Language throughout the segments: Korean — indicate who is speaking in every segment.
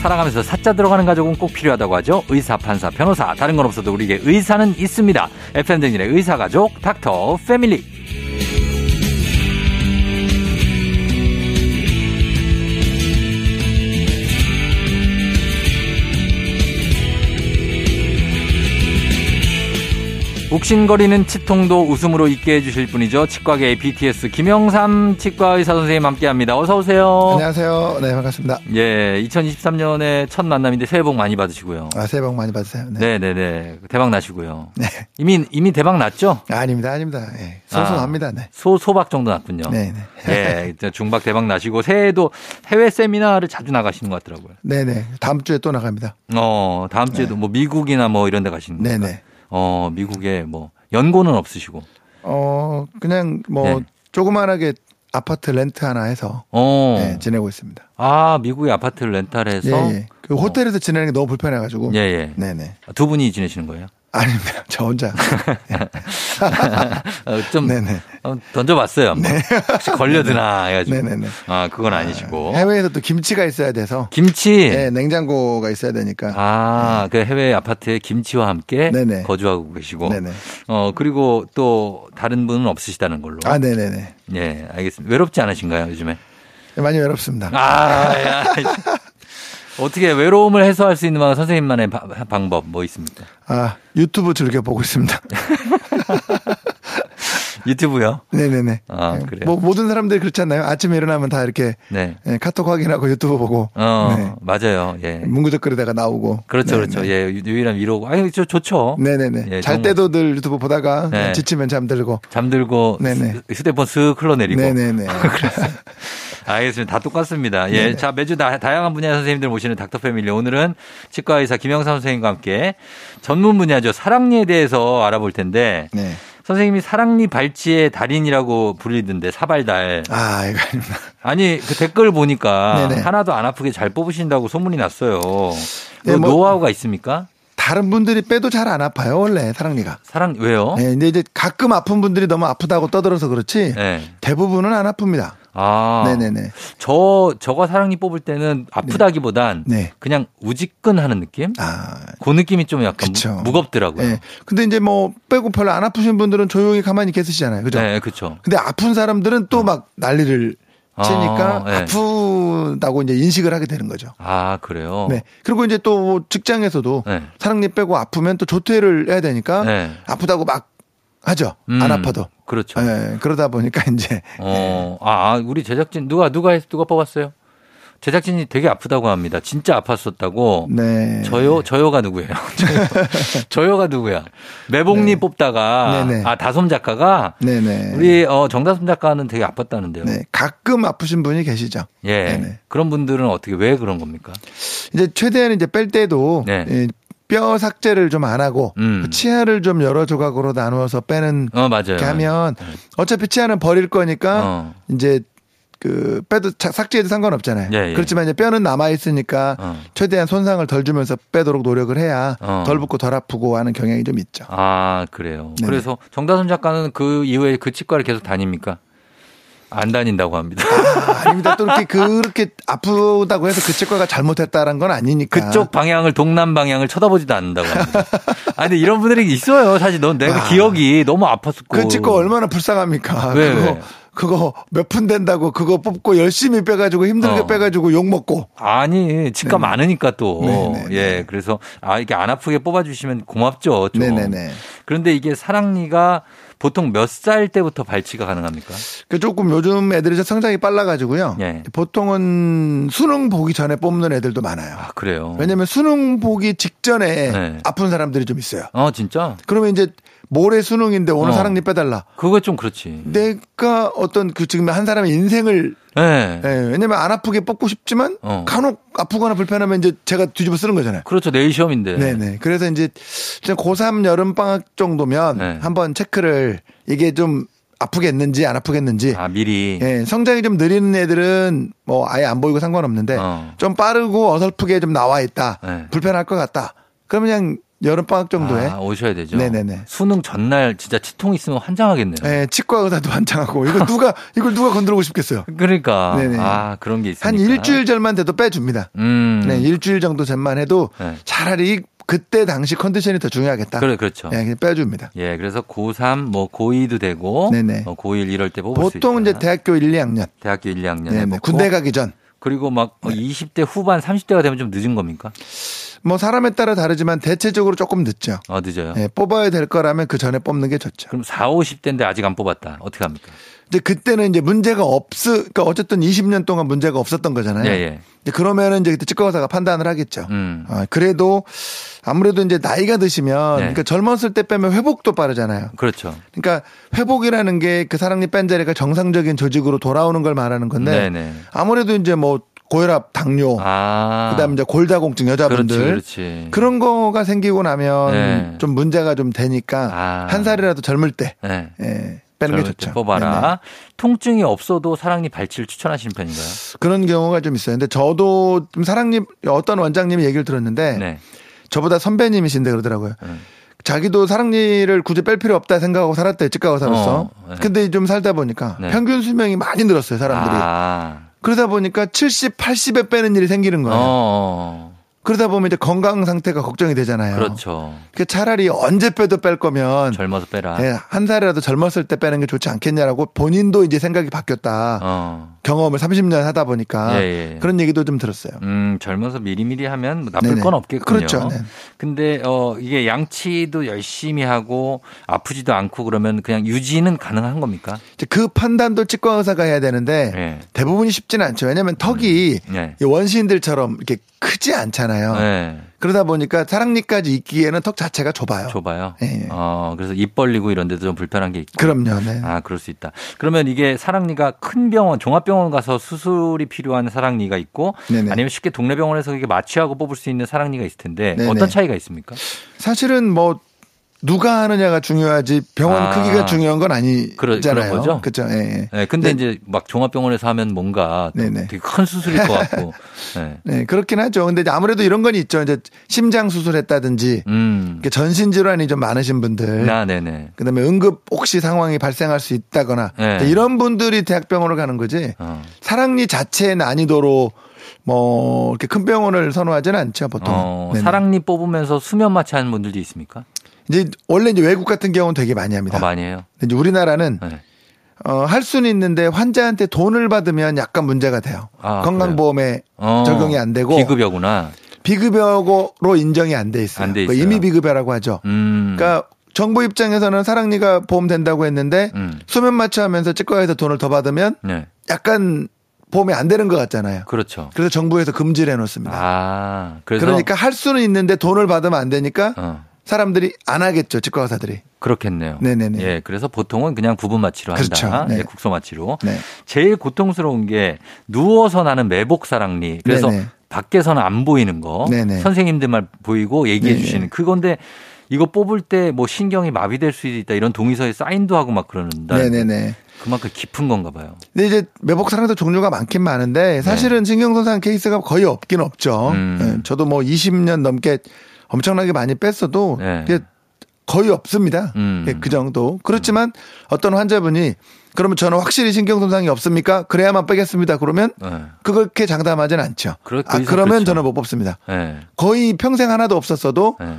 Speaker 1: 살아가면서 사자 들어가는 가족은 꼭 필요하다고 하죠. 의사, 판사, 변호사 다른 건 없어도 우리에게 의사는 있습니다. FM 댕진의 의사 가족 닥터 패밀리. 욱신거리는 치통도 웃음으로 잊게 해주실 분이죠. 치과계의 BTS 김영삼 치과의사 선생님 함께합니다. 어서 오세요.
Speaker 2: 안녕하세요. 네, 반갑습니다.
Speaker 1: 예, 2023년에 첫 만남인데 새해 복 많이 받으시고요.
Speaker 2: 아, 새해 복 많이 받으세요.
Speaker 1: 네,
Speaker 2: 네.
Speaker 1: 네, 네. 대박 나시고요. 이미 이미 대박 났죠?
Speaker 2: 아, 아닙니다, 아닙니다. 예. 소소합니다. 네.
Speaker 1: 소 소박 정도 났군요.
Speaker 2: 네, 네.
Speaker 1: 예, 이제 중박 대박 나시고 새해에도 해외 세미나를 자주 나가시는 것 같더라고요.
Speaker 2: 네, 네. 다음 주에 또 나갑니다.
Speaker 1: 어, 다음 주에도 뭐 미국이나 뭐 이런 데 가시는
Speaker 2: 네,
Speaker 1: 거예요.
Speaker 2: 네.
Speaker 1: 어, 미국에 뭐 연고는 없으시고.
Speaker 2: 어, 그냥 뭐
Speaker 1: 네.
Speaker 2: 조그만하게 아파트 렌트 하나 해서
Speaker 1: 어.
Speaker 2: 네, 지내고 있습니다.
Speaker 1: 아, 미국에 아파트를 렌탈해서 어.
Speaker 2: 예, 예. 그 호텔에서 지내는 게 너무 불편해 가지고.
Speaker 1: 예, 예.
Speaker 2: 네, 네.
Speaker 1: 두 분이 지내시는 거예요?
Speaker 2: 아닙니다. 저 혼자.
Speaker 1: 어, 좀
Speaker 2: 네, 네.
Speaker 1: 어, 던져봤어요. 한번. 혹시 걸려드나 해가지고.
Speaker 2: 네, 네, 네.
Speaker 1: 아, 그건 아니시고.
Speaker 2: 해외에서 또 김치가 있어야 돼서
Speaker 1: 김치.
Speaker 2: 예, 냉장고가 있어야 되니까.
Speaker 1: 아, 그 해외 아파트에 김치와 함께
Speaker 2: 네네.
Speaker 1: 거주하고 계시고.
Speaker 2: 네네.
Speaker 1: 어, 그리고 또 다른 분은 없으시다는 걸로.
Speaker 2: 아, 네, 네, 네.
Speaker 1: 예, 알겠습니다. 외롭지 않으신가요, 요즘에?
Speaker 2: 많이 외롭습니다.
Speaker 1: 아, 야. 어떻게 외로움을 해소할 수 있는 방- 선생님만의 바- 방법 뭐 있습니까?
Speaker 2: 아, 유튜브 즐겨 보고 있습니다.
Speaker 1: 유튜브요?
Speaker 2: 네네네.
Speaker 1: 아, 그래요?
Speaker 2: 뭐, 모든 사람들이 그렇지 않나요? 아침에 일어나면 다 이렇게
Speaker 1: 네.
Speaker 2: 예, 카톡 확인하고 유튜브 보고
Speaker 1: 어,
Speaker 2: 네.
Speaker 1: 맞아요. 예.
Speaker 2: 문구적거리다가 나오고.
Speaker 1: 그렇죠,
Speaker 2: 네,
Speaker 1: 그렇죠.
Speaker 2: 네.
Speaker 1: 예, 유- 유일한 위로고. 아니, 저 좋죠.
Speaker 2: 네네네.
Speaker 1: 예,
Speaker 2: 잘
Speaker 1: 정말.
Speaker 2: 때도 늘 유튜브 보다가
Speaker 1: 네.
Speaker 2: 지치면 잠들고.
Speaker 1: 잠들고
Speaker 2: 네네.
Speaker 1: 휴- 휴대폰 쓱 흘러내리고.
Speaker 2: 네네네.
Speaker 1: 알겠습니다. 다 똑같습니다. 예.
Speaker 2: 네.
Speaker 1: 자, 매주 다, 다양한 분야 선생님들 모시는 닥터 패밀리. 오늘은 치과 의사 김영삼 선생님과 함께 전문 분야죠. 사랑니에 대해서 알아볼 텐데
Speaker 2: 네.
Speaker 1: 선생님이 사랑니 발치의 달인이라고 불리던데 사발달.
Speaker 2: 아, 이거 아닙니다.
Speaker 1: 아니, 그 댓글 보니까
Speaker 2: 네네.
Speaker 1: 하나도 안 아프게 잘 뽑으신다고 소문이 났어요. 그
Speaker 2: 네, 뭐-
Speaker 1: 노하우가 있습니까?
Speaker 2: 다른 분들이 빼도 잘 안 아파요, 원래 사랑니가.
Speaker 1: 사랑 왜요?
Speaker 2: 네, 근데 이제 가끔 아픈 분들이 너무 아프다고 떠들어서 그렇지
Speaker 1: 네.
Speaker 2: 대부분은 안 아픕니다.
Speaker 1: 아.
Speaker 2: 네네네.
Speaker 1: 저 저가 사랑니 뽑을 때는 아프다기보단
Speaker 2: 네.
Speaker 1: 그냥 우직근하는 느낌?
Speaker 2: 아,
Speaker 1: 그 느낌이 좀 약간
Speaker 2: 그쵸.
Speaker 1: 무- 무겁더라고요.
Speaker 2: 예. 근데 이제 뭐 빼고 별로 안 아프신 분들은 조용히 가만히 계시잖아요. 그죠?
Speaker 1: 네, 그렇죠.
Speaker 2: 근데 아픈 사람들은 또 막 난리를
Speaker 1: 아,
Speaker 2: 치니까
Speaker 1: 네.
Speaker 2: 아, 프다고 이제 인식을 하게 되는 거죠.
Speaker 1: 아, 그래요?
Speaker 2: 네. 그리고 이제 또 직장에서도
Speaker 1: 네.
Speaker 2: 사랑니 빼고 아프면 또 조퇴를 해야 되니까
Speaker 1: 네.
Speaker 2: 아프다고 막 하죠.
Speaker 1: 음,
Speaker 2: 안 아파도.
Speaker 1: 그렇죠.
Speaker 2: 예, 그러다 보니까 이제
Speaker 1: 어, 아, 아, 우리 제작진 누가 누가 했- 누가 뽑았어요? 제작진이 되게 아프다고 합니다. 진짜 아팠었다고.
Speaker 2: 네.
Speaker 1: 저요 저요가 누구예요? 저요, 가 누구야? 매봉님 뽑다가
Speaker 2: 네, 네.
Speaker 1: 아 다솜 작가가
Speaker 2: 네네.
Speaker 1: 우리 어, 정다솜 작가는 되게 아팠다는데요.
Speaker 2: 네. 가끔 아프신 분이 계시죠.
Speaker 1: 예.
Speaker 2: 네, 네.
Speaker 1: 그런 분들은 어떻게 왜 그런 겁니까?
Speaker 2: 이제 최대한 이제 뺄 때도
Speaker 1: 네.
Speaker 2: 예, 뼈 삭제를 좀 안 하고
Speaker 1: 음.
Speaker 2: 그 치아를 좀 여러 조각으로 나누어서 빼는
Speaker 1: 어 맞아요.
Speaker 2: 이렇게 하면 어차피 치아는 버릴 거니까
Speaker 1: 어.
Speaker 2: 이제 그 빼도 자- 삭제해도 상관없잖아요.
Speaker 1: 예, 예.
Speaker 2: 그렇지만 이제 뼈는 남아 있으니까
Speaker 1: 어.
Speaker 2: 최대한 손상을 덜 주면서 빼도록 노력을 해야
Speaker 1: 어.
Speaker 2: 덜 붓고 덜 아프고 하는 경향이 좀 있죠.
Speaker 1: 아 그래요.
Speaker 2: 네네.
Speaker 1: 그래서 정다솜 작가는 그 이후에 그 치과를 계속 다닙니까? 안 다닌다고 합니다.
Speaker 2: 아, 아닙니다. 또 이렇게 그렇게 아프다고 해서 그 치과가 잘못했다는 건 아니니까.
Speaker 1: 그쪽 방향을 동남 방향을 쳐다보지도 않는다고 합니다. 아니 근데 이런 분들이 있어요. 사실 넌 내가
Speaker 2: 아.
Speaker 1: 기억이 너무 아팠었고.
Speaker 2: 그 치과 얼마나 불쌍합니까?
Speaker 1: 왜,
Speaker 2: 그거
Speaker 1: 왜?
Speaker 2: 그거 몇 푼 된다고 그거 뽑고 열심히 빼가지고 힘들게
Speaker 1: 어.
Speaker 2: 빼가지고 욕 먹고.
Speaker 1: 아니 치과 많으니까 또
Speaker 2: 네. 네네.
Speaker 1: 예 그래서 아 이게 안 아프게 뽑아주시면 고맙죠. 좀.
Speaker 2: 네네네.
Speaker 1: 그런데 이게 사랑니가 보통 몇 살 때부터 발치가 가능합니까?
Speaker 2: 그 조금 요즘 애들이 이제 성장이 빨라가지고요.
Speaker 1: 예.
Speaker 2: 보통은 수능 보기 전에 뽑는 애들도 많아요.
Speaker 1: 아 그래요.
Speaker 2: 왜냐면 수능 보기 직전에
Speaker 1: 네.
Speaker 2: 아픈 사람들이 좀 있어요.
Speaker 1: 어 진짜?
Speaker 2: 그러면 이제 모레 수능인데 오늘
Speaker 1: 어. 음.
Speaker 2: 사랑니 빼달라.
Speaker 1: 그거 좀 그렇지.
Speaker 2: 내가 어떤 그 지금 한 사람의 인생을
Speaker 1: 예.
Speaker 2: 예, 왜냐면 안 아프게 뽑고 싶지만
Speaker 1: 어.
Speaker 2: 간혹 아프거나 불편하면 이제 제가 뒤집어 쓰는 거잖아요.
Speaker 1: 그렇죠. 내일 시험인데.
Speaker 2: 네네. 그래서 이제 진짜 고3 여름 방학 정도면
Speaker 1: 네.
Speaker 2: 한번 체크를 이게 좀 아프겠는지 안 아프겠는지.
Speaker 1: 아, 미리.
Speaker 2: 예, 성장이 좀 느리는 애들은 뭐 아예 안 보이고 상관없는데
Speaker 1: 어.
Speaker 2: 좀 빠르고 어설프게 좀 나와 있다.
Speaker 1: 네.
Speaker 2: 불편할 것 같다. 그러면 그냥 여름 방학 정도에
Speaker 1: 아, 오셔야 되죠.
Speaker 2: 네네네.
Speaker 1: 수능 전날 진짜 치통 있으면 환장하겠네요.
Speaker 2: 예, 치과 의사도 환장하고 이거 누가 이걸 누가 건드리고 싶겠어요.
Speaker 1: 그러니까
Speaker 2: 네네.
Speaker 1: 아 그런 게 있으니까
Speaker 2: 한 일주일 전만 돼도 빼줍니다.
Speaker 1: 음.
Speaker 2: 네, 일주일 정도 전만 해도
Speaker 1: 네.
Speaker 2: 차라리 그때 당시 컨디션이 더 중요하겠다.
Speaker 1: 그래 그렇죠.
Speaker 2: 예, 그냥 빼줍니다.
Speaker 1: 예, 그래서 고3, 뭐 고2도 되고
Speaker 2: 네네.
Speaker 1: 어, 고1 이럴 때 뽑을 수
Speaker 2: 보통
Speaker 1: 있잖아.
Speaker 2: 이제 대학교 1, 2학년.
Speaker 1: 대학교 1, 2학년에
Speaker 2: 네, 네. 군대 가기 네. 전.
Speaker 1: 그리고 막 어, 20대 후반, 30대가 되면 좀 늦은 겁니까?
Speaker 2: 뭐 사람에 따라 다르지만 대체적으로 조금 늦죠.
Speaker 1: 어, 늦어요.
Speaker 2: 예, 뽑아야 될 거라면 그 전에 뽑는 게 좋죠.
Speaker 1: 그럼 4, 50대인데 아직 안 뽑았다. 어떻게 합니까?
Speaker 2: 이제 그때는 이제 문제가 없으, 그러니까 어쨌든 20년 동안 문제가 없었던 거잖아요.
Speaker 1: 예, 예.
Speaker 2: 이제 그러면은 이제 그때 치과의사가 판단을 하겠죠.
Speaker 1: 음.
Speaker 2: 아, 그래도 아무래도 이제 나이가 드시면
Speaker 1: 네.
Speaker 2: 그러니까 젊었을 때 빼면 회복도 빠르잖아요.
Speaker 1: 그렇죠.
Speaker 2: 그러니까 회복이라는 게 그 사랑니 뺀 자리가 정상적인 조직으로 돌아오는 걸 말하는 건데
Speaker 1: 네네.
Speaker 2: 아무래도 이제 뭐 고혈압, 당뇨,
Speaker 1: 아.
Speaker 2: 그다음에 이제 골다공증
Speaker 1: 그렇지,
Speaker 2: 여자분들
Speaker 1: 그렇지.
Speaker 2: 런 거가 생기고 나면
Speaker 1: 네.
Speaker 2: 좀 문제가 좀 되니까
Speaker 1: 아.
Speaker 2: 한 살이라도 젊을 때
Speaker 1: 네.
Speaker 2: 예, 빼는 게
Speaker 1: 젊을 때
Speaker 2: 좋죠.
Speaker 1: 뽑아라.
Speaker 2: 네네.
Speaker 1: 통증이 없어도 사랑니 발치를 추천하시는 편인가요?
Speaker 2: 그런 경우가 좀 있어요. 근데 저도 좀 사랑님 어떤 원장님이 얘기를 들었는데
Speaker 1: 네.
Speaker 2: 저보다 선배님이신데 그러더라고요.
Speaker 1: 음.
Speaker 2: 자기도 사랑니를 굳이 뺄 필요 없다 생각하고 살았대 치과 의사로서.
Speaker 1: 어, 네.
Speaker 2: 근데 좀 살다 보니까
Speaker 1: 네.
Speaker 2: 평균 수명이 많이 늘었어요 사람들이.
Speaker 1: 아.
Speaker 2: 그러다 보니까 70, 80에 빼는 일이 생기는
Speaker 1: 어,
Speaker 2: 거예요.
Speaker 1: 어.
Speaker 2: 그러다 보면 이제 건강 상태가 걱정이 되잖아요.
Speaker 1: 그렇죠.
Speaker 2: 그 차라리 언제 빼도 뺄 거면
Speaker 1: 젊어서 빼라.
Speaker 2: 예, 한 살이라도 젊었을 때 빼는 게 좋지 않겠냐라고 본인도 이제 생각이 바뀌었다.
Speaker 1: 어.
Speaker 2: 경험을 30년 하다 보니까
Speaker 1: 예, 예.
Speaker 2: 아, 그런 얘기도 좀 들었어요.
Speaker 1: 음, 젊어서 미리미리 하면 뭐 나쁠
Speaker 2: 그렇죠. 네네.
Speaker 1: 건 없겠군요.
Speaker 2: 그렇죠. 네.
Speaker 1: 근데 어 이게 양치도 열심히 하고 아프지도 않고 그러면 그냥 유지는 가능한 겁니까?
Speaker 2: 이제 그 판단도 치과 의사가 해야 되는데
Speaker 1: 예.
Speaker 2: 대부분이 쉽진 않죠. 왜냐하면 턱이
Speaker 1: 음. 예.
Speaker 2: 이 원시인들처럼 이렇게 크지 않잖아요.
Speaker 1: 네.
Speaker 2: 그러다 보니까 사랑니까지 있기에는 턱 자체가 좁아요.
Speaker 1: 좁아요.
Speaker 2: 예, 예.
Speaker 1: 어, 그래서 입 벌리고 이런 데도 좀 불편한 게 있고.
Speaker 2: 그럼요. 네.
Speaker 1: 아, 그럴 수 있다. 그러면 이게 사랑니가 큰 병원, 종합병원 가서 수술이 필요한 사랑니가 있고
Speaker 2: 네네.
Speaker 1: 아니면 쉽게 동네 병원에서 이게 마취하고 뽑을 수 있는 사랑니가 있을 텐데
Speaker 2: 네네.
Speaker 1: 어떤 차이가 있습니까?
Speaker 2: 사실은 뭐 누가 하느냐가 중요하지 병원
Speaker 1: 아.
Speaker 2: 크기가 중요한 건
Speaker 1: 그러- 그런 거죠?
Speaker 2: 아니잖아요. 그렇죠. 예, 예.
Speaker 1: 네, 근데
Speaker 2: 네.
Speaker 1: 이제 막 종합병원에서 하면 뭔가 또
Speaker 2: 네네.
Speaker 1: 되게 큰 수술일 것 같고. 네.
Speaker 2: 네, 그렇긴 하죠. 근데 이제 아무래도 이런 건 있죠. 이제 심장 수술했다든지
Speaker 1: 음.
Speaker 2: 이렇게 전신 질환이 좀 많으신 분들,
Speaker 1: 나, 네네.
Speaker 2: 그다음에 응급 혹시 상황이 발생할 수 있다거나
Speaker 1: 네.
Speaker 2: 이런 분들이 대학병원을 가는 거지.
Speaker 1: 어.
Speaker 2: 사랑니 자체의 난이도로 뭐 이렇게 큰 병원을 선호하지는 않죠 보통.
Speaker 1: 어,
Speaker 2: 네네.
Speaker 1: 사랑니 뽑으면서 수면 마취하는 분들도 있습니까?
Speaker 2: 이제 원래 이제 외국 같은 경우는 되게 많이 합니다.
Speaker 1: 어, 많이 해요.
Speaker 2: 근데 이제 우리나라는
Speaker 1: 네.
Speaker 2: 어, 할 수는 있는데 환자한테 돈을 받으면 약간 문제가 돼요.
Speaker 1: 아,
Speaker 2: 건강보험에
Speaker 1: 어,
Speaker 2: 적용이 안 되고
Speaker 1: 비급여구나.
Speaker 2: 비급여로 인정이 안 돼 있어요.
Speaker 1: 안돼
Speaker 2: 그거
Speaker 1: 있어요.
Speaker 2: 이미 비급여라고 하죠.
Speaker 1: 음.
Speaker 2: 그러니까 정부 입장에서는 사랑니가 보험 된다고 했는데
Speaker 1: 음.
Speaker 2: 수면 마취하면서 치과에서 돈을 더 받으면
Speaker 1: 네.
Speaker 2: 약간 보험이 안 되는 것 같잖아요.
Speaker 1: 그렇죠.
Speaker 2: 그래서 정부에서 금지를 해놓습니다.
Speaker 1: 아, 그래서
Speaker 2: 그러니까 할 수는 있는데 돈을 받으면 안 되니까
Speaker 1: 어,
Speaker 2: 사람들이 안 하겠죠 치과 의사들이.
Speaker 1: 그렇겠네요.
Speaker 2: 네네네.
Speaker 1: 예, 그래서 보통은 그냥 부분 마취로 한다.
Speaker 2: 그렇죠. 네.
Speaker 1: 예, 국소 마취로.
Speaker 2: 네.
Speaker 1: 제일 고통스러운 게 누워서 나는 매복 사랑니. 그래서
Speaker 2: 네네.
Speaker 1: 밖에서는 안 보이는 거.
Speaker 2: 네네.
Speaker 1: 선생님들만 보이고 얘기해
Speaker 2: 네네.
Speaker 1: 주시는 그건데 이거 뽑을 때 뭐 신경이 마비될 수 있다 이런 동의서에 사인도 하고 막 그러는데
Speaker 2: 네네네.
Speaker 1: 그만큼 깊은 건가 봐요.
Speaker 2: 근데 이제 매복 사랑도 종류가 많긴 많은데 사실은 신경손상 케이스가 거의 없긴 없죠.
Speaker 1: 네. 음.
Speaker 2: 예, 저도 뭐 20년 넘게 엄청나게 많이 뺐어도
Speaker 1: 네.
Speaker 2: 이게 거의 없습니다.
Speaker 1: 음.
Speaker 2: 예, 그 정도. 그렇지만 어떤 환자분이 그러면 저는 확실히 신경손상이 없습니까? 그래야만 빼겠습니다. 그러면
Speaker 1: 예.
Speaker 2: 그렇게 장담하진 않죠.
Speaker 1: 그렇-
Speaker 2: 아,
Speaker 1: 그래서
Speaker 2: 그러면
Speaker 1: 그렇죠.
Speaker 2: 저는 못 뽑습니다.
Speaker 1: 예.
Speaker 2: 거의 평생 하나도 없었어도
Speaker 1: 예.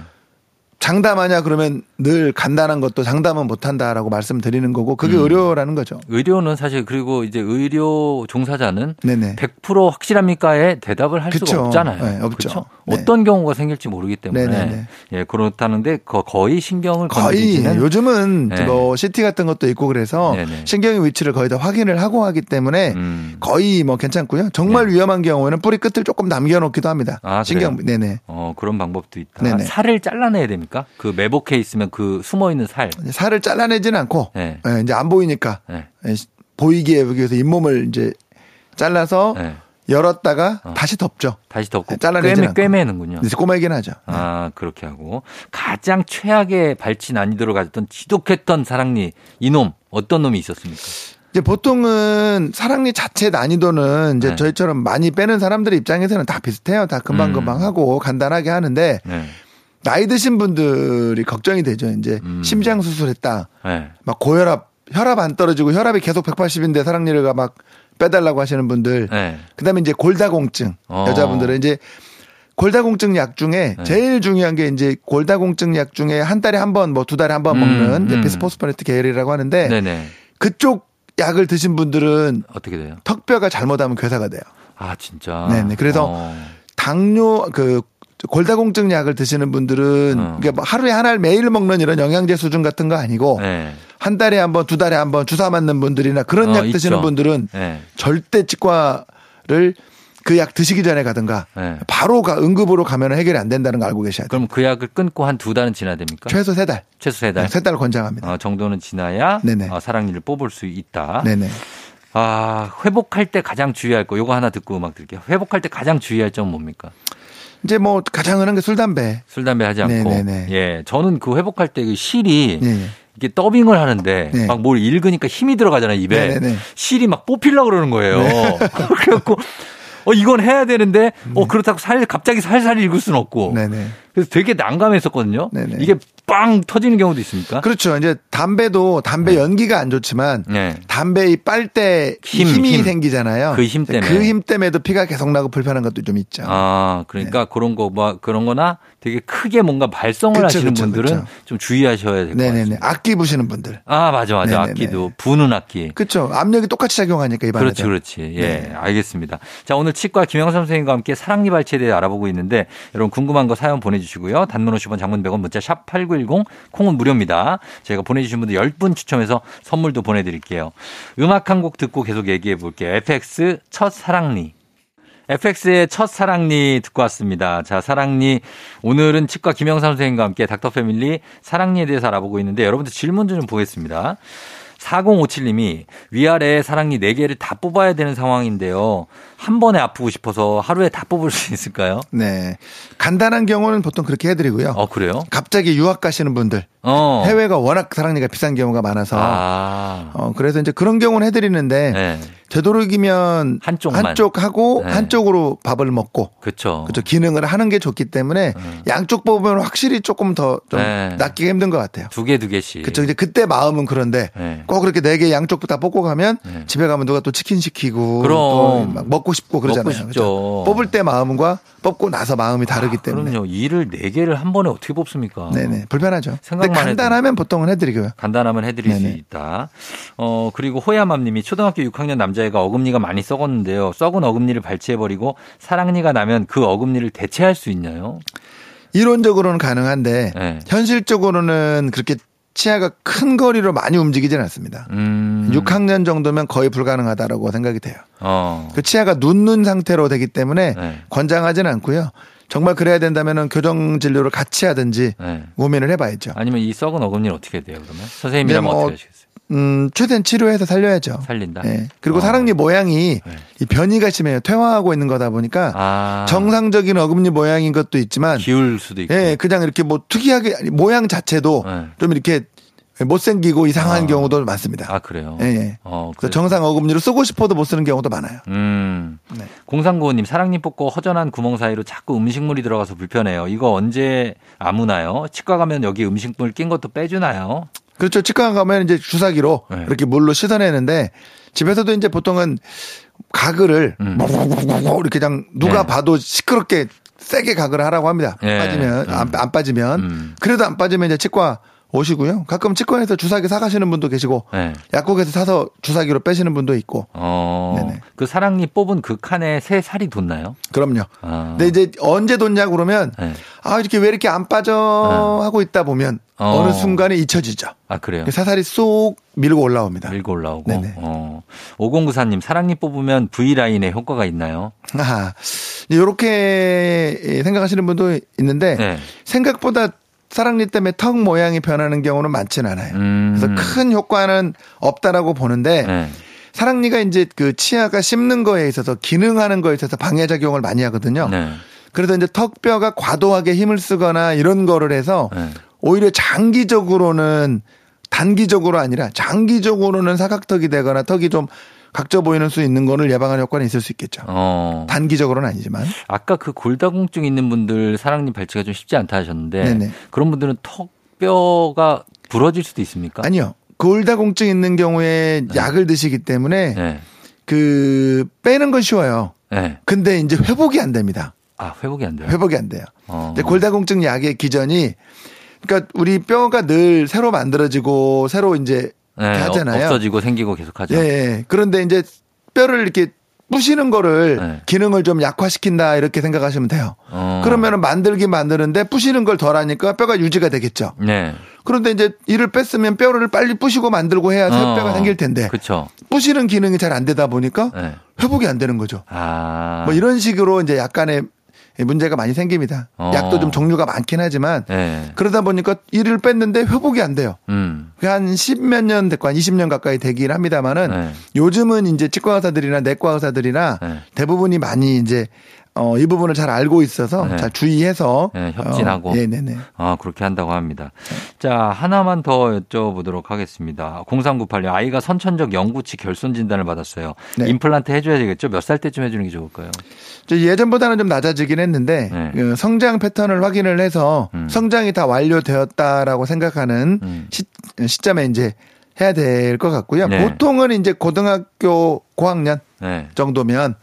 Speaker 2: 장담하냐 그러면 늘 간단한 것도 장담은 못한다라고 말씀드리는 거고 그게
Speaker 1: 음.
Speaker 2: 의료라는 거죠.
Speaker 1: 의료는 사실 그리고 이제 의료 종사자는
Speaker 2: 네네.
Speaker 1: 100% 확실합니까에 대답을 할
Speaker 2: 그쵸.
Speaker 1: 수가 없잖아요.
Speaker 2: 네, 없죠.
Speaker 1: 그쵸?
Speaker 2: 네.
Speaker 1: 어떤 경우가 생길지 모르기 때문에
Speaker 2: 네네네.
Speaker 1: 예, 그렇다는데 거- 거의 신경을
Speaker 2: 거의
Speaker 1: 건드리지는
Speaker 2: 요즘은
Speaker 1: 네.
Speaker 2: 뭐 CT 같은 것도 있고 그래서
Speaker 1: 네네.
Speaker 2: 신경의 위치를 거의 다 확인을 하고 하기 때문에
Speaker 1: 음. 네.
Speaker 2: 거의 뭐 괜찮고요. 정말 위험한 경우에는 뿌리 끝을 조금 남겨놓기도 합니다.
Speaker 1: 아,
Speaker 2: 신경 네네
Speaker 1: 어, 그런 방법도 있다.
Speaker 2: 네네.
Speaker 1: 살을 잘라내야 됩니까? 겁니까? 그 매복해 있으면 그 숨어 있는 살.
Speaker 2: 이제 살을 잘라내진 않고
Speaker 1: 네.
Speaker 2: 예, 이제 안 보이니까
Speaker 1: 네.
Speaker 2: 예, 시- 보이기에 위해서 잇몸을 이제 잘라서
Speaker 1: 네.
Speaker 2: 열었다가
Speaker 1: 어.
Speaker 2: 다시 덮죠.
Speaker 1: 다시 덮고
Speaker 2: 네, 잘라내진
Speaker 1: 꿰매,
Speaker 2: 않고. 네.
Speaker 1: 꿰매는군요.
Speaker 2: 이제 꼬매긴 하죠.
Speaker 1: 아 그렇게 하고 가장 최악의 발치 난이도를 가졌던 지독했던 사랑니 이놈 어떤 놈이 있었습니까?
Speaker 2: 이제 보통은 사랑니 자체 난이도는 이제
Speaker 1: 네.
Speaker 2: 저희처럼 많이 빼는 사람들의 입장에서는 다 비슷해요. 다 금방금방
Speaker 1: 음.
Speaker 2: 하고 간단하게 하는데
Speaker 1: 네.
Speaker 2: 나이 드신 분들이 걱정이 되죠. 이제
Speaker 1: 음.
Speaker 2: 심장 수술했다.
Speaker 1: 네.
Speaker 2: 막 고혈압, 혈압 안 떨어지고 혈압이 계속 180인데 사랑니를 가막 빼달라고 하시는 분들.
Speaker 1: 네.
Speaker 2: 그다음에 이제 골다공증
Speaker 1: 어.
Speaker 2: 여자분들은 이제 골다공증 약 중에
Speaker 1: 네.
Speaker 2: 제일 중요한 게 이제 골다공증 약 중에 한 달에 한 번 뭐 두 달에 한 번
Speaker 1: 음,
Speaker 2: 먹는 이제
Speaker 1: 음.
Speaker 2: 비스포스포네트 계열이라고 하는데
Speaker 1: 네네.
Speaker 2: 그쪽 약을 드신 분들은
Speaker 1: 어떻게 돼요?
Speaker 2: 턱뼈가 잘못하면 괴사가 돼요.
Speaker 1: 아 진짜.
Speaker 2: 네네. 그래서
Speaker 1: 어.
Speaker 2: 당뇨 그 골다공증 약을 드시는 분들은
Speaker 1: 어.
Speaker 2: 이게 뭐 하루에 하나를 매일 먹는 이런 영양제 수준 같은 거 아니고
Speaker 1: 네.
Speaker 2: 한 달에 한 번, 두 달에 한 번 주사 맞는 분들이나 그런
Speaker 1: 어,
Speaker 2: 약 드시는
Speaker 1: 있죠.
Speaker 2: 분들은
Speaker 1: 네.
Speaker 2: 절대 치과를 그 약 드시기 전에 가든가
Speaker 1: 네.
Speaker 2: 바로 가 응급으로 가면 해결이 안 된다는 거 알고 계셔야 돼요.
Speaker 1: 그럼 그 약을 끊고 한 두 달은 지나야 됩니까? 네.
Speaker 2: 최소 세 달,
Speaker 1: 최소 세 달.
Speaker 2: 세 달을 권장합니다.
Speaker 1: 어, 정도는 지나야
Speaker 2: 네네.
Speaker 1: 어, 사랑니를 뽑을 수 있다.
Speaker 2: 네네.
Speaker 1: 아 회복할 때 가장 주의할 거 요거 하나 듣고 음악 들게요. 회복할 때 가장 주의할 점은 뭡니까?
Speaker 2: 이제 뭐 가장 흔한 게 술 담배.
Speaker 1: 술 담배 하지 않고
Speaker 2: 네네네.
Speaker 1: 예 저는 그 회복할 때그 실이
Speaker 2: 예, 예.
Speaker 1: 이게 더빙을 하는데
Speaker 2: 네.
Speaker 1: 막 뭘 읽으니까 힘이 들어가잖아요 입에
Speaker 2: 네네네. 네.
Speaker 1: 실이 막 뽑히려 고 그러는 거예요. 그래갖고 어 이건 해야 되는데 어 그렇다고 살 갑자기 살살 읽을 수는 없고
Speaker 2: 음. 네네.
Speaker 1: 그래서 되게 난감했었거든요.
Speaker 2: 네네.
Speaker 1: 이게 빵 터지는 경우도 있습니까?
Speaker 2: 그렇죠. 이제 담배도 담배 연기가 안 좋지만
Speaker 1: 아? 네.
Speaker 2: 담배 이 빨대
Speaker 1: 힘,
Speaker 2: 힘이
Speaker 1: 힘.
Speaker 2: 생기잖아요.
Speaker 1: 그힘 때문에.
Speaker 2: 그힘 때문에도 피가 계속 나고 불편한 것도 좀 있죠.
Speaker 1: 아, 그러니까 그런 거, 뭐, 그런 거나 되게 크게 뭔가 발성을
Speaker 2: 네. 그쵸,
Speaker 1: 하시는
Speaker 2: 그쵸,
Speaker 1: 분들은
Speaker 2: 그쵸.
Speaker 1: 좀 주의하셔야 될 것
Speaker 2: 네네네.
Speaker 1: 같습니다.
Speaker 2: 악기 부시는 분들.
Speaker 1: 아, 맞아, 맞아.
Speaker 2: 네네네.
Speaker 1: 악기도. 부는 악기.
Speaker 2: 그렇죠. 압력이 똑같이 작용하니까 입안에.
Speaker 1: 그렇지, 그렇지. 예, 알겠습니다. 자, 오늘 치과 김영삼 선생님과 함께 사랑니 발치에 대해 알아보고 있는데, 여러분 궁금한 거 사연 보내주시고요. 단문 50원, 장문 100원, 문자 샵 #8910 콩은 무료입니다. 저희가 보내주신 분들 10분 추첨해서 선물도 보내드릴게요. 음악 한 곡 듣고 계속 얘기해 볼게요. FX 첫 사랑니. FX의 첫 사랑니 듣고 왔습니다. 자, 사랑니. 오늘은 치과 김영삼 선생님과 함께 닥터 패밀리 사랑니에 대해서 알아보고 있는데 여러분들 질문 좀 보겠습니다. 4057님이 위아래 사랑니 4개를 다 뽑아야 되는 상황인데요. 한 번에 아프고 싶어서 하루에 다 뽑을 수 있을까요?
Speaker 2: 네. 간단한 경우는 보통 그렇게 해드리고요.
Speaker 1: 어, 그래요?
Speaker 2: 갑자기 유학 가시는 분들.
Speaker 1: 어.
Speaker 2: 해외가 워낙 사랑니가 비싼 경우가 많아서.
Speaker 1: 아.
Speaker 2: 어, 그래서 이제 그런 경우는 해드리는데.
Speaker 1: 네.
Speaker 2: 되도록이면.
Speaker 1: 한쪽만.
Speaker 2: 한쪽 하고
Speaker 1: 네.
Speaker 2: 한쪽으로 밥을 먹고.
Speaker 1: 그쵸.
Speaker 2: 그죠 그렇죠. 기능을 하는 게 좋기 때문에 양쪽 뽑으면 확실히 조금 더 좀
Speaker 1: 음. 네.
Speaker 2: 낫기가 힘든 것 같아요.
Speaker 1: 두 개, 두 개씩.
Speaker 2: 그쵸 이제 그때 마음은 그런데
Speaker 1: 네.
Speaker 2: 꼭 그렇게 네 개 양쪽 다 뽑고 가면
Speaker 1: 네.
Speaker 2: 집에 가면 누가 또 치킨 시키고
Speaker 1: 그럼.
Speaker 2: 또막 먹고 싶고 그러잖아요.
Speaker 1: 먹고 싶죠.
Speaker 2: 그죠? 뽑을 때 마음과 뽑고 나서 마음이 다르기
Speaker 1: 아,
Speaker 2: 때문에
Speaker 1: 그럼요. 일을 4개를 한 번에 어떻게 뽑습니까?
Speaker 2: 네네 불편하죠. 근데
Speaker 1: 생각만 해도.
Speaker 2: 간단하면 보통은 해드리고요.
Speaker 1: 간단하면 해드릴
Speaker 2: 네네.
Speaker 1: 수 있다. 어, 그리고 호야맘님이 초등학교 6학년 남자애가 어금니가 많이 썩었는데요. 썩은 어금니를 발치해버리고 사랑니가 나면 그 어금니를 대체할 수 있나요?
Speaker 2: 이론적으로는 가능한데
Speaker 1: 네.
Speaker 2: 현실적으로는 그렇게 치아가 큰 거리로 많이 움직이지는 않습니다.
Speaker 1: 음.
Speaker 2: 6학년 정도면 거의 불가능하다라고 생각이 돼요.
Speaker 1: 어.
Speaker 2: 그 치아가 눕는 상태로 되기 때문에
Speaker 1: 네.
Speaker 2: 권장하지는 않고요. 정말 그래야 된다면은 교정 진료를 같이 하든지
Speaker 1: 네.
Speaker 2: 고민을 해봐야죠.
Speaker 1: 아니면 이 썩은 어금니는 어떻게 돼요, 그러면? 선생님이라면
Speaker 2: 네, 뭐
Speaker 1: 어떻게 하시겠어요?
Speaker 2: 음, 최대한 치료해서 살려야죠.
Speaker 1: 살린다?
Speaker 2: 예. 그리고
Speaker 1: 어.
Speaker 2: 사랑니 모양이
Speaker 1: 네.
Speaker 2: 이 변이가 심해요. 퇴화하고 있는 거다 보니까
Speaker 1: 아.
Speaker 2: 정상적인 어금니 모양인 것도 있지만
Speaker 1: 기울 수도 있고.
Speaker 2: 예, 그냥 이렇게 뭐 특이하게 아니, 모양 자체도
Speaker 1: 네.
Speaker 2: 좀 이렇게 못생기고 이상한
Speaker 1: 아.
Speaker 2: 경우도 많습니다.
Speaker 1: 아, 그래요?
Speaker 2: 예, 예.
Speaker 1: 어,
Speaker 2: 그래서
Speaker 1: 그래서
Speaker 2: 정상 어금니로 쓰고 싶어도 못 쓰는 경우도 많아요.
Speaker 1: 음.
Speaker 2: 네.
Speaker 1: 공상구호님, 사랑니 뽑고 허전한 구멍 사이로 자꾸 음식물이 들어가서 불편해요. 이거 언제 아무나요? 치과 가면 여기 음식물 낀 것도 빼주나요?
Speaker 2: 그렇죠. 치과 가면 이제 주사기로
Speaker 1: 네.
Speaker 2: 이렇게 물로 씻어내는데 집에서도 이제 보통은 가글을
Speaker 1: 음.
Speaker 2: 뭐 이렇게 그냥 누가
Speaker 1: 네.
Speaker 2: 봐도 시끄럽게 세게 가글을 하라고 합니다.
Speaker 1: 예.
Speaker 2: 빠지면 안, 안 빠지면
Speaker 1: 음.
Speaker 2: 그래도 안 빠지면 이제 치과 오시고요. 가끔 치과에서 주사기 사가시는 분도 계시고
Speaker 1: 네.
Speaker 2: 약국에서 사서 주사기로 빼시는 분도 있고
Speaker 1: 어,
Speaker 2: 네네.
Speaker 1: 그 사랑니 뽑은 그 칸에 새 살이 돋나요?
Speaker 2: 그럼요.
Speaker 1: 아.
Speaker 2: 근데 이제 언제 돋냐고 그러면
Speaker 1: 네.
Speaker 2: 아 이렇게 왜 이렇게 안 빠져 하고 있다 보면
Speaker 1: 예. 어.
Speaker 2: 어느 순간에 잊혀지죠.
Speaker 1: 아, 그래요?
Speaker 2: 사살이 쏙 밀고 올라옵니다.
Speaker 1: 밀고 올라오고.
Speaker 2: 네네.
Speaker 1: 어. 5094님, 사랑니 뽑으면 V라인에 효과가 있나요?
Speaker 2: 아, 이렇게 생각하시는 예, 분도 있는데
Speaker 1: 네.
Speaker 2: 생각보다 사랑니 때문에 턱 모양이 변하는 경우는 많진 않아요.
Speaker 1: 음.
Speaker 2: 그래서 큰 효과는 없다라고 보는데
Speaker 1: 네.
Speaker 2: 사랑니가 이제 그 치아가 씹는 거에 있어서 기능하는 거에 있어서 방해 작용을 많이 하거든요.
Speaker 1: 네.
Speaker 2: 그래서 이제 턱뼈가 과도하게 힘을 쓰거나 이런 거를 해서
Speaker 1: 네.
Speaker 2: 오히려 장기적으로는 단기적으로 아니라 장기적으로는 사각턱이 되거나 턱이 좀 각져 보이는 수 있는 거를 예방하는 효과는 있을 수 있겠죠.
Speaker 1: 어.
Speaker 2: 단기적으로는 아니지만.
Speaker 1: 아까 그 골다공증 있는 분들 사랑니 발치가 좀 쉽지 않다 하셨는데
Speaker 2: 네네.
Speaker 1: 그런 분들은 턱뼈가 부러질 수도 있습니까?
Speaker 2: 아니요. 골다공증 있는 경우에 약을 드시기 때문에
Speaker 1: 네.
Speaker 2: 그 빼는 건 쉬워요.
Speaker 1: 네.
Speaker 2: 근데 이제 회복이 안 됩니다.
Speaker 1: 아, 회복이 안 돼요.
Speaker 2: 회복이 안 돼요.
Speaker 1: 어.
Speaker 2: 근데 골다공증 약의 기전이 그러니까 우리 뼈가 늘 새로 만들어지고 새로 이제
Speaker 1: 네,
Speaker 2: 이렇게 하잖아요.
Speaker 1: 어- 없어지고 생기고 계속 하죠.
Speaker 2: 예, 예. 그런데 이제 뼈를 이렇게 부시는 거를
Speaker 1: 네.
Speaker 2: 기능을 좀 약화시킨다 이렇게 생각하시면 돼요.
Speaker 1: 어.
Speaker 2: 그러면은 만들긴 만드는데 부시는 걸 덜 하니까 뼈가 유지가 되겠죠.
Speaker 1: 네.
Speaker 2: 그런데 이제 이를 뺐으면 뼈를 빨리 부시고 만들고 해야 아, 새 뼈가 생길 텐데
Speaker 1: 어. 그렇죠.
Speaker 2: 부시는 기능이 잘 안 되다 보니까
Speaker 1: 네.
Speaker 2: 회복이 안 되는 거죠.
Speaker 1: 아.
Speaker 2: 뭐 이런 식으로 이제 약간의 문제가 많이 생깁니다.
Speaker 1: 어.
Speaker 2: 약도 좀 종류가 많긴 하지만
Speaker 1: 네.
Speaker 2: 그러다 보니까 이를 뺐는데 회복이 안 돼요.
Speaker 1: 음.
Speaker 2: 그게 한 10몇 년 됐고 한 20년 가까이 되긴 합니다만은
Speaker 1: 네.
Speaker 2: 요즘은 이제 치과 의사들이나 내과 의사들이나
Speaker 1: 네.
Speaker 2: 대부분이 많이 이제 어, 이 부분을 잘 알고 있어서
Speaker 1: 네.
Speaker 2: 잘 주의해서
Speaker 1: 네, 협진하고.
Speaker 2: 어, 네네네.
Speaker 1: 아, 그렇게 한다고 합니다. 자, 하나만 더 여쭤보도록 하겠습니다. 0398님, 아이가 선천적 영구치 결손 진단을 받았어요.
Speaker 2: 네.
Speaker 1: 임플란트 해줘야 되겠죠? 몇 살 때쯤 해주는 게 좋을까요?
Speaker 2: 이제 예전보다는 좀 낮아지긴 했는데
Speaker 1: 네.
Speaker 2: 그 성장 패턴을 확인을 해서
Speaker 1: 음.
Speaker 2: 성장이 다 완료되었다라고 생각하는
Speaker 1: 음.
Speaker 2: 시, 시점에 이제 해야 될 것 같고요.
Speaker 1: 네.
Speaker 2: 보통은 이제 고등학교 고학년
Speaker 1: 네.
Speaker 2: 정도면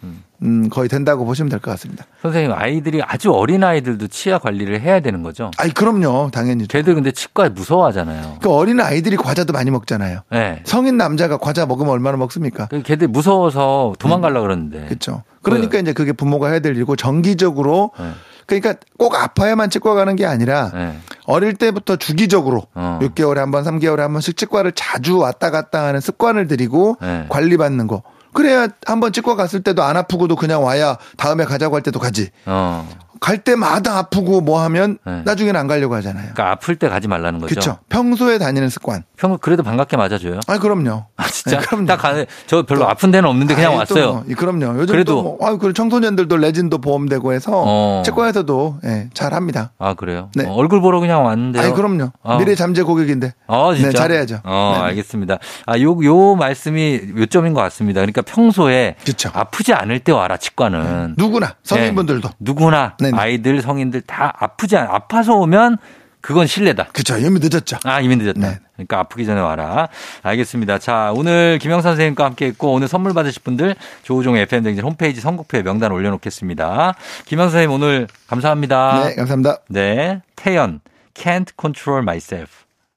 Speaker 2: 음, 거의 된다고 보시면 될 것 같습니다.
Speaker 1: 선생님, 아이들이 아주 어린 아이들도 치아 관리를 해야 되는 거죠?
Speaker 2: 아이 그럼요, 당연히.
Speaker 1: 걔들 근데 치과 무서워하잖아요.
Speaker 2: 그 어린 아이들이 과자도 많이 먹잖아요.
Speaker 1: 네.
Speaker 2: 성인 남자가 과자 먹으면 얼마나 먹습니까?
Speaker 1: 그 걔들 무서워서 도망가려 그러는데.
Speaker 2: 그렇죠. 그러니까 이제 그게 부모가 해야 될 일이고 정기적으로
Speaker 1: 네.
Speaker 2: 그러니까 꼭 아파야만 치과 가는 게 아니라
Speaker 1: 네. 어
Speaker 2: 어릴 때부터 주기적으로
Speaker 1: 어.
Speaker 2: 6개월에 한 번, 3개월에 한 번씩 치과를 자주 왔다 갔다 하는 습관을 들이고
Speaker 1: 네.
Speaker 2: 관리받는 거. 그래야 한 번 치과 갔을 때도 안 아프고도 그냥 와야 다음에 가자고 할 때도 가지.
Speaker 1: 어.
Speaker 2: 갈 때마다 아프고 뭐 하면
Speaker 1: 네.
Speaker 2: 나중엔 안 가려고 하잖아요.
Speaker 1: 그러니까 아플 때 가지 말라는 거죠.
Speaker 2: 그렇죠. 평소에 다니는 습관.
Speaker 1: 평 그래도 반갑게 맞아줘요.
Speaker 2: 아 그럼요.
Speaker 1: 아, 진짜.
Speaker 2: 네, 그럼요.
Speaker 1: 딱 가는 저 별로 아픈 데는 없는데 그냥
Speaker 2: 아이, 또
Speaker 1: 왔어요.
Speaker 2: 뭐, 이, 그럼요. 요즘
Speaker 1: 그래도-
Speaker 2: 또 뭐, 아, 그 청소년들도 레진도 보험되고 해서
Speaker 1: 어.
Speaker 2: 치과에서도 예, 잘합니다.
Speaker 1: 아 그래요?
Speaker 2: 네.
Speaker 1: 어, 얼굴 보러 그냥 왔는데.
Speaker 2: 아니 그럼요.
Speaker 1: 아.
Speaker 2: 미래 잠재 고객인데.
Speaker 1: 어, 진짜.
Speaker 2: 네, 잘해야죠.
Speaker 1: 어,
Speaker 2: 네, 네.
Speaker 1: 알겠습니다. 아, 요, 요 말씀이 요점인 것 같습니다. 그러니까 평소에
Speaker 2: 그쵸. 네.
Speaker 1: 아프지 않을 때 와라, 치과는.
Speaker 2: 누구나 성인분들도.
Speaker 1: 네, 누구나
Speaker 2: 네네.
Speaker 1: 아이들, 성인들 다 아프지 않, 아파서 오면 그건 실례다.
Speaker 2: 그쵸. 이미 늦었죠.
Speaker 1: 아, 이미 늦었다.
Speaker 2: 네.
Speaker 1: 그러니까 아프기 전에 와라. 알겠습니다. 자, 오늘 김영선 선생님과 함께 했고, 오늘 선물 받으실 분들 조우종 FM등진 홈페이지 선곡표에 명단 올려놓겠습니다. 김영선 선생님 오늘 감사합니다.
Speaker 2: 네, 감사합니다.
Speaker 1: 네, 태연, can't control myself.